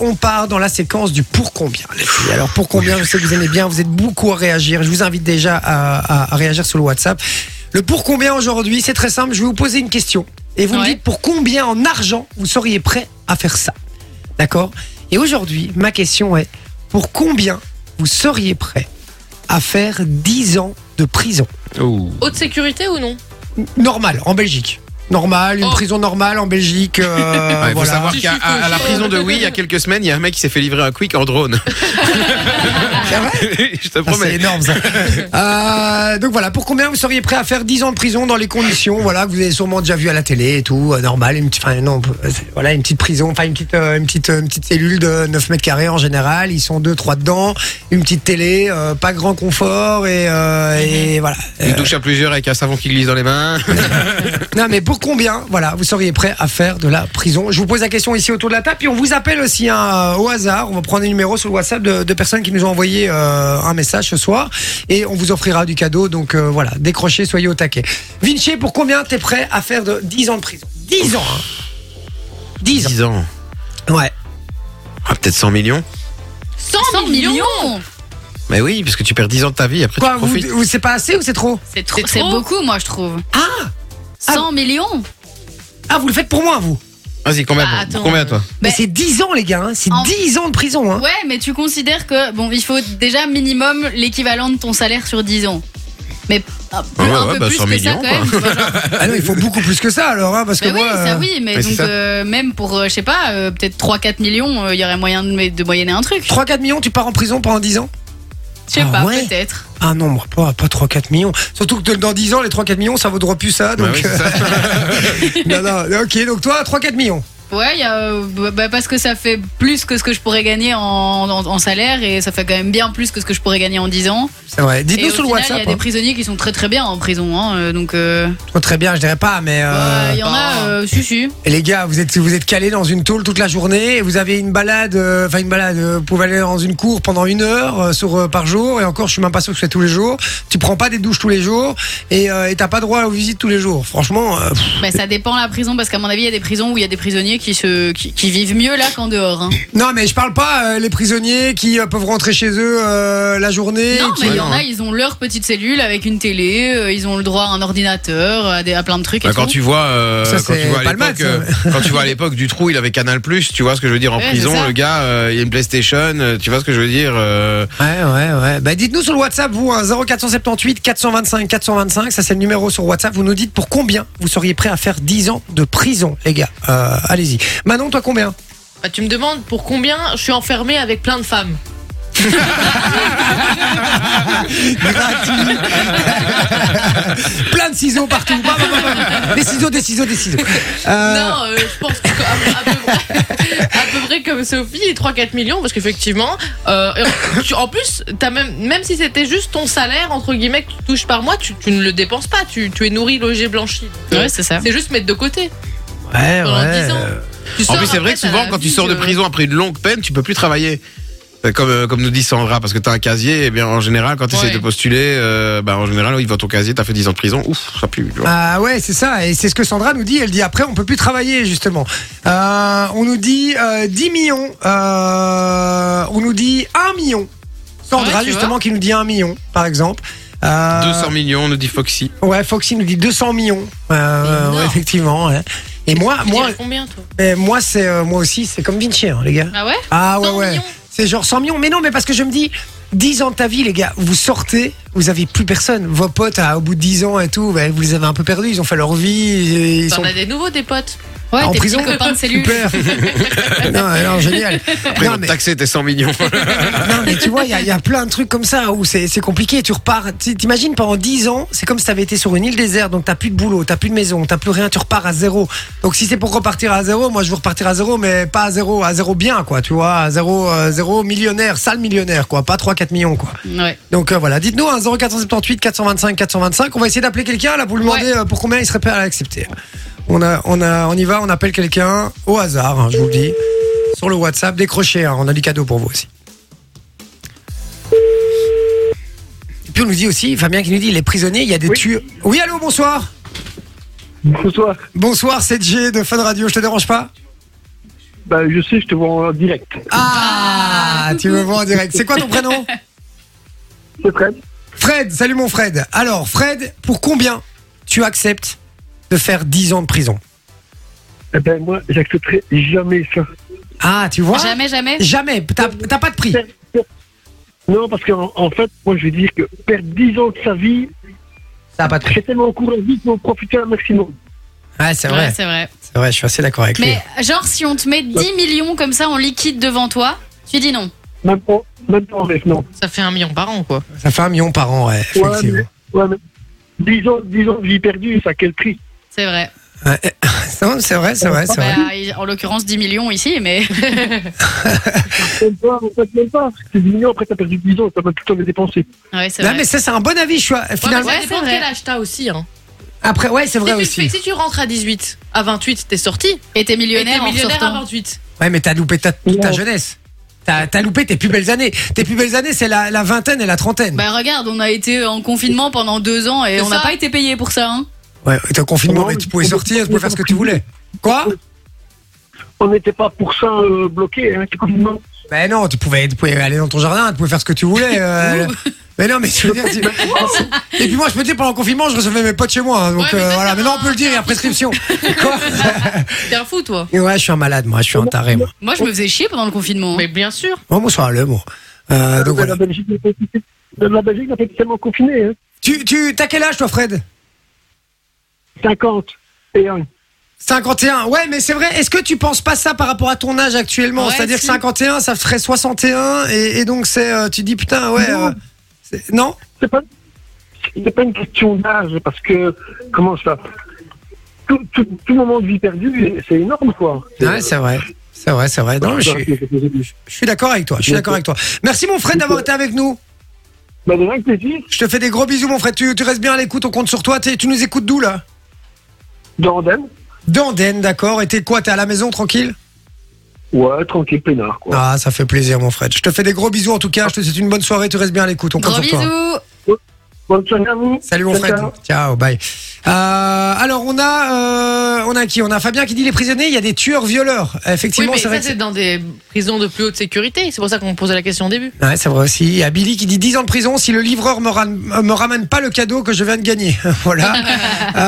on part dans la séquence du pour combien. les filles. Alors pour combien, je sais que vous aimez bien, vous êtes beaucoup à réagir. Je vous invite déjà à, à- à réagir sur le WhatsApp. Le pour combien aujourd'hui, c'est très simple. Je vais vous poser une question et vous me Ouais. dites pour combien en argent vous seriez prêt à faire ça. D'accord Et aujourd'hui, ma question est pour combien vous seriez prêt à faire 10 ans de prison Haute sécurité ou non Normal, en Belgique. Normal, une Oh. prison normale en Belgique. euh, Il faut voilà. savoir qu'à à- à la prison de Oui, il y a quelques semaines, il y a un mec qui s'est fait livrer un quick en drone. Je te Ah, c'est promets. énorme ça. Euh, donc voilà, pour combien vous seriez prêt à faire 10 ans de prison dans les conditions voilà, que vous avez sûrement déjà vu à la télé et tout, euh, normal, une, petite- enfin, non, euh, c'est- voilà, une petite prison, enfin une petite, euh, une, petite, euh, une petite cellule de 9 mètres carrés en général, ils sont deux, trois dedans, une petite télé, euh, pas grand confort et, euh, et voilà. Une douche à plusieurs avec un savon qui glisse dans les mains. Non, mais pour combien, voilà, vous seriez prêt à faire de la prison Je vous pose la question ici autour de la table, puis on vous appelle aussi hein, au hasard. On va prendre les numéros sur le WhatsApp de, de personnes qui nous ont envoyé euh, un message ce soir, et on vous offrira du cadeau. Donc euh, voilà, décrochez, soyez au taquet. Vinci, pour combien t'es prêt à faire de 10 ans de prison 10 ans hein. 10 ans. 10 ans. Ouais. Ah, Peut-être 100 millions. 100, 100 millions, Mais oui, parce que tu perds 10 ans de ta vie, après Quoi, tu vous, profites. vous- c'est pas assez ou c'est trop C'est trop. C'est c'est beaucoup, moi, je trouve. Ah 100 millions Ah, vous le faites pour moi, vous Vas-y, combien, Ah, attends. combien toi Mais Ben- c'est 10 ans, les gars, hein. c'est En- 10 ans de prison. Hein. Ouais, mais tu considères que, bon, il faut déjà minimum l'équivalent de ton salaire sur 10 ans. Mais un peu, Ouais, un ouais, peu bah, plus 100 que ça, millions, quand même. tu vois, genre. Ah non, il faut beaucoup plus que ça alors, hein, parce Mais que oui, moi. ça euh, oui, mais mais c'est donc ça. euh, même pour, euh, je sais pas, euh, peut-être 3-4 millions, euh, il y aurait moyen de, de moyenner un truc. 3-4 millions, tu pars en prison pendant 10 ans Je sais Ah pas, ouais. peut-être. Ah non, moi, pas, pas 3-4 millions. Surtout que dans 10 ans, les 3-4 millions, ça vaudra plus ça. Donc, Bah oui, c'est ça. euh, non, non, ok, donc toi, 3-4 millions. Ouais, il y a, euh, bah, bah, parce que ça fait plus que ce que je pourrais gagner en, en- en salaire et ça fait quand même bien plus que ce que je pourrais gagner en 10 ans. C'est vrai. Et au Dites-nous sur le final, il y a WhatsApp. des hein. prisonniers qui sont très très bien en prison, hein, euh, donc euh, Oh, très bien, je dirais pas, mais. euh, bah, il y en bah, a, euh, si si. Et les gars, vous êtes, vous êtes calés dans une tôle toute la journée, et vous avez une balade, euh, enfin une balade, euh, vous pouvez aller dans une cour pendant une heure euh, sur, euh, par jour, et encore, je suis même pas sûr que ce soit tous les jours. Tu prends pas des douches tous les jours, et euh, et t'as pas droit aux visites tous les jours. Franchement, euh, pff, Bah, ça dépend la prison parce qu'à mon avis il y a des prisons où il y a des prisonniers qui se qui, qui vivent mieux là qu'en dehors. hein. non, mais je parle pas euh, les prisonniers qui euh, peuvent rentrer chez eux euh, la journée. Non qui- mais il y en non, hein. a ils ont leur petite cellule avec une télé, euh, ils ont le droit à un ordinateur, à, des- à plein de trucs. Bah, et quand tout. tu vois, euh, Ça, quand c'est tu vois à pas le hein. l'époque, mal, ça. euh, quand tu vois à l'époque du trou, il avait Canal Plus. Tu vois ce que je veux dire en Ouais, c'est prison, ça. le gars, euh, il a une PlayStation. euh, Tu vois ce que je veux dire euh, Ouais, ouais, ouais. Bah, dites-nous sur le WhatsApp, vous, hein, 0478 425 425. Ça, c'est le numéro sur WhatsApp. Vous nous dites pour combien vous seriez prêt à faire 10 ans de prison, les gars. Euh, allez-y. Manon, toi, combien Bah, tu me demandes pour combien je suis enfermée avec plein de femmes. Plein de ciseaux partout. Bah, bah, bah, bah. Des ciseaux, des ciseaux, des ciseaux. Euh, Non, euh, je pense que, à, à peu près, à peu près comme Sophie, 3-4 millions, parce qu'effectivement, euh, tu- en plus, as même, même si c'était juste ton salaire, entre guillemets, que tu touches par mois, tu, tu ne le dépenses pas, tu, tu es nourri, logé, blanchi. Donc, euh, Ouais, c'est ça. C'est juste mettre de côté ouais, pendant ouais. 10 ans. Tu En sors plus, c'est vrai après, que t'as souvent, la quand tu vie euh, sors de prison après une longue peine, tu peux plus travailler. Euh, Comme, euh, comme nous dit Sandra, parce que t'as un casier, et bien en général, quand tu essaies Ouais. de postuler, euh, bah, en général, il va ton casier, t'as fait 10 ans de prison, ouf, ça pue. tu vois. Ah ouais, c'est ça. Et c'est ce que Sandra nous dit. Elle dit après, on peut plus travailler, justement. Euh, on nous dit euh, 10 millions. Euh, on nous dit 1 million. Sandra, Ah ouais, tu justement, qui nous dit 1 million, par exemple. Euh, 200 millions, nous dit Foxy. Ouais, Foxy nous dit 200 millions. Euh, Énorme. ouais, effectivement. ouais. Et moi, Tu moi, dirais combien, toi mais moi, c'est euh, moi aussi, c'est comme Vinci, hein, les gars. Ah ouais Ah ouais, 100 ouais. millions. C'est genre 100 millions. Mais non, mais parce que je me dis, 10 ans de ta vie, les gars, vous sortez, vous avez plus personne. Vos potes, ah, au bout de 10 ans et tout, bah, vous les avez un peu perdus. Ils ont fait leur vie. et Ils T'en sont Ah, as des nouveaux, des potes. Ouais, en Bah, tes prison. petits copains de cellule. Super. non, non, génial. Après, ils non, vont te mais, taxer tes 100 millions. non, mais tu vois, il y, a- il y a plein de trucs comme ça où c'est c'est compliqué. Tu repars. tu- T'imagines pendant 10 ans, c'est comme si t'avais été sur une île déserte, donc t'as plus de boulot, t'as plus de maison, t'as plus rien, tu repars à zéro. Donc si c'est pour repartir à zéro, moi je veux repartir à zéro, mais pas à zéro, à zéro bien, quoi. Tu vois, à zéro, euh, zéro millionnaire, sale millionnaire, quoi. Pas 3-4 millions, quoi. Ouais. Donc euh, voilà, dites-nous hein, 0478 425 425. On va essayer d'appeler quelqu'un là pour lui demander euh, pour combien il serait prêt à l'accepter. On, a, on, a, on y va, on appelle quelqu'un au hasard, hein, je vous le dis. Sur le WhatsApp, décrochez, hein, on a du cadeau pour vous aussi. Et puis on nous dit aussi, Fabien qui nous dit, les prisonniers, il y a des tueurs. Oui, allô, bonsoir. Bonsoir. Bonsoir, c'est Jay de Fun Radio, je te dérange pas Bah, je sais, je te vois en direct. Ah, tu me vois en direct. C'est quoi ton prénom C'est prêt Fred, salut mon Fred. Alors, Fred, pour combien tu acceptes de faire 10 ans de prison Eh ben, moi, j'accepterai jamais ça. Ah, tu vois Jamais, jamais. Jamais. T'as t'as pas de prix. Non, parce qu'en en fait, moi, je vais dire que perdre 10 ans de sa vie, T'as pas de prix. c'est tellement encouragé qu'il faut en profiter un maximum. Ouais, c'est Ouais, vrai. c'est vrai. C'est vrai, je suis assez d'accord avec lui. Mais genre, si on te met 10 millions comme ça en liquide devant toi, tu dis non. Même en, même en rêve, non. Ça fait un million par an, quoi. Ça fait un million par an, ouais. Ouais, effectivement. Ouais, mais 10 ans, 10 ans de vie perdue, ça a quel prix C'est vrai. Ouais. Non, C'est vrai, c'est vrai, c'est vrai. Bah, il- en l'occurrence, 10 millions ici, mais. Même pas, en fait, même pas. C'est 10 millions, après, t'as perdu 10 ans, t'as même tout le temps les dépenser. ouais, c'est Non, vrai. mais ça, c'est un bon avis. Je suis à- Ouais, mais finalement. ouais, ça dépend c'est de vrai. quel âge t'as aussi. Hein. Après, ouais, c'est vrai si, Tu, aussi. si tu rentres à 18, à 28, t'es sorti. Et t'es Et t'es millionnaire, en millionnaire à sortant. 28. Ouais, mais t'as loupé ta, toute ta Ouais. jeunesse. T'as t'as loupé tes plus belles années. Tes plus belles années, c'est la, la vingtaine et la trentaine. Bah regarde, on a été en confinement pendant deux ans et C'est on n'a ça. pas été payé pour ça. Hein. ouais, t'es en confinement, Non, mais mais tu pouvais on- sortir, tu on- pouvais faire ce que tu voulais. Quoi On n'était pas pour ça euh, bloqué, hein, c'est complètement. Ben non, tu pouvais, tu pouvais aller dans ton jardin, tu pouvais faire ce que tu voulais. euh, mais non, mais tu veux dire. tu- Et puis moi, je peux te dire, pendant le confinement, je recevais mes potes chez moi. hein, donc Ouais, mais euh, ça, voilà, c'est mais non, on un- peut le dire, il y a prescription. Quoi T'es un fou, toi. Et ouais, je suis un malade, moi, je suis un taré, moi. Moi, je me faisais chier pendant le confinement. hein. Mais bien sûr. Moi, bonsoir, le mot. Euh, donc voilà. La Belgique n'a pas été- la Belgique n'a pas été tellement confinée, hein. Tu, tu, t'as quel âge, toi, Fred 50 et 1. 51, ouais, mais c'est vrai. Est-ce que tu penses pas ça par rapport à ton âge actuellement Ouais, C'est-à-dire si. 51, ça ferait 61, et, et donc c'est, euh, tu dis putain, ouais. Non. euh, c'est- non c'est pas c'est pas une question d'âge parce que comment ça tout, tout, tout moment de vie perdu c'est énorme quoi Ouais, c'est vrai. C'est vrai, c'est vrai. Bah, Non, mais je suis, je suis d'accord avec toi. Je suis d'accord avec toi. Merci, mon Fred, d'avoir été avec nous. bah, de rien que plaisir Je te fais des gros bisous, mon Fred. Tu, tu restes bien à l'écoute. On compte sur toi. T'es- tu nous écoutes d'où, là dans Andem D'Andenne, d'accord. Et t'es quoi T'es à la maison, tranquille ouais tranquille peinard quoi Ah, ça fait plaisir, mon Fred. Je te fais des gros bisous, en tout cas. Je te souhaite une bonne soirée. Tu restes bien à l'écoute. On compte Gros sur toi. bisous. bonne soirée à vous Salut mon Fred. Ciao. Ciao, bye. Euh, alors on a, euh, on a qui On a Fabien qui dit les prisonniers, il y a des tueurs violeurs. Oui, Effectivement, mais c'est ça, vrai. que c'est dans des prisons de plus haute sécurité. C'est pour ça qu'on me posait la question au début. c'est- Ouais, c'est vrai aussi. Il y a Billy qui dit 10 ans de prison si le livreur me, ram- euh, me ramène pas le cadeau que je viens de gagner. voilà.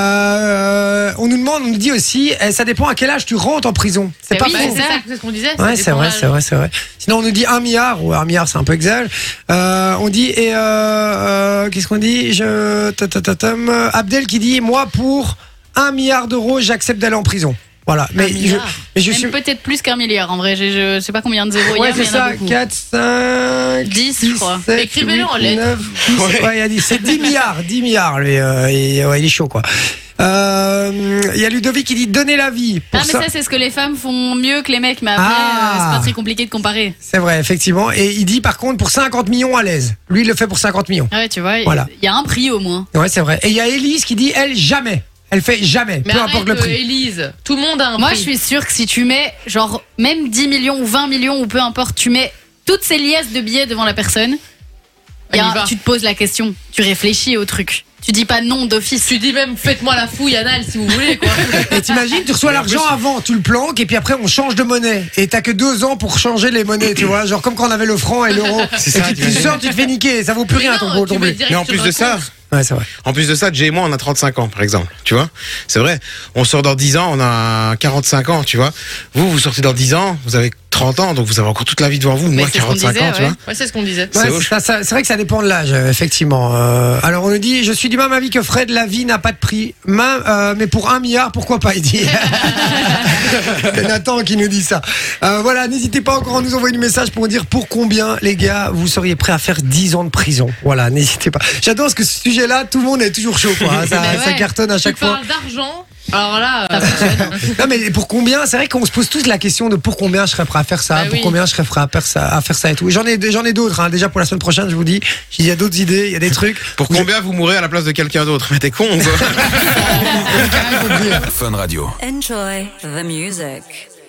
Euh, on nous demande, on nous dit aussi, eh, ça dépend à quel âge tu rentres en prison. C'est Eh pas oui, Bah, faux. c'est ça, c'est ce qu'on disait. ça Ouais, c'est dépend vrai, de l'âge. c'est vrai, c'est vrai. Sinon, on nous dit un milliard, ou un milliard, c'est un peu exagéré. Euh, on dit, et euh, euh, qu'est-ce qu'on dit Je, ta, ta, ta, tam. Abdel qui dit Moi, pour un milliard d'euros, j'accepte d'aller en prison. Voilà. Mais je, milliard. mais je Même suis. peut-être plus qu'un milliard en vrai. Je, je sais pas combien de zéros il y Ouais, a, mais c'est il y en a ça, beaucoup. 4, 5. 10, je 6, crois. 7, Écrivez-le 8, en lettres. 9, 10, ouais. il a dit c'est 10 milliards, 10 milliards, lui, euh, et, ouais, il est chaud, quoi. Euh, Il y a Ludovic qui dit donner la vie. Ah, Pour mais ça, ça, c'est ce que les femmes font mieux que les mecs, mais après, Ah. euh, c'est pas très compliqué de comparer. c'est vrai, effectivement. Et il dit par contre pour 50 millions à l'aise. Lui, il le fait pour 50 millions. Ah ouais, tu vois, il Voilà. y a un prix au moins. Ouais, c'est vrai. Et il y a Elise qui dit, elle, jamais. Elle fait jamais, Mais peu importe le arrête, euh, prix. Élise, tout le monde a un Moi, prix. je suis sûre que si tu mets, genre, même 10 millions ou 20 millions ou peu importe, tu mets toutes ces liasses de billets devant la personne, il Elle y a y un- va. tu te poses la question, tu réfléchis au truc. Tu dis pas non d'office. Tu dis même, faites-moi la fouille anale si vous voulez, quoi. Et t'imagines, tu reçois l'argent avant, tu le planques, et puis après, on change de monnaie. Et t'as que deux ans pour changer les monnaies, tu vois. Genre comme quand on avait le franc et l'euro. C'est Et ça, tu, tu t'imagines. sors, tu te fais niquer, ça vaut plus rien Mais ton non, gros tu mets tombé. direct Mais en sur plus un de ça, compte. Ouais, c'est vrai. en plus de ça, Jay et moi, on a 35 ans, par exemple. Tu vois C'est vrai. On sort dans 10 ans, on a 45 ans, tu vois Vous, vous sortez dans 10 ans, vous avez 30 ans, donc vous avez encore toute la vie devant vous. Mais Moi, c'est ce qu'on 45 disait, ans, tu ouais. vois Ouais, c'est ce qu'on disait. Ouais, C'est c'est ouf. ça, ça- c'est vrai que ça dépend de l'âge, euh, effectivement. Euh, alors on nous dit, je suis du même avis que Fred, la vie n'a pas de prix. Ma- euh, mais pour un milliard, pourquoi pas Il dit. C'est Nathan qui nous dit ça. Euh, voilà, n'hésitez pas encore à nous envoyer du message pour dire pour combien, les gars, vous seriez prêts à faire 10 ans de prison. Voilà, n'hésitez pas. J'adore ce que ce sujet-là, tout le monde est toujours chaud, quoi. Ça, Mais ça ouais. cartonne à Tu chaque fois. parles d'argent. Alors là, euh, Non, mais pour combien C'est vrai qu'on se pose tous la question de pour combien je serais prêt à faire ça, Bah pour oui. combien je serais prêt à faire ça, à faire ça et tout. J'en ai, j'en ai d'autres. hein. Déjà pour la semaine prochaine, je vous dis, il y a d'autres idées, il y a des trucs. Pour combien vous mourrez à la place de quelqu'un d'autre Mais t'es con, quoi Enjoy the music.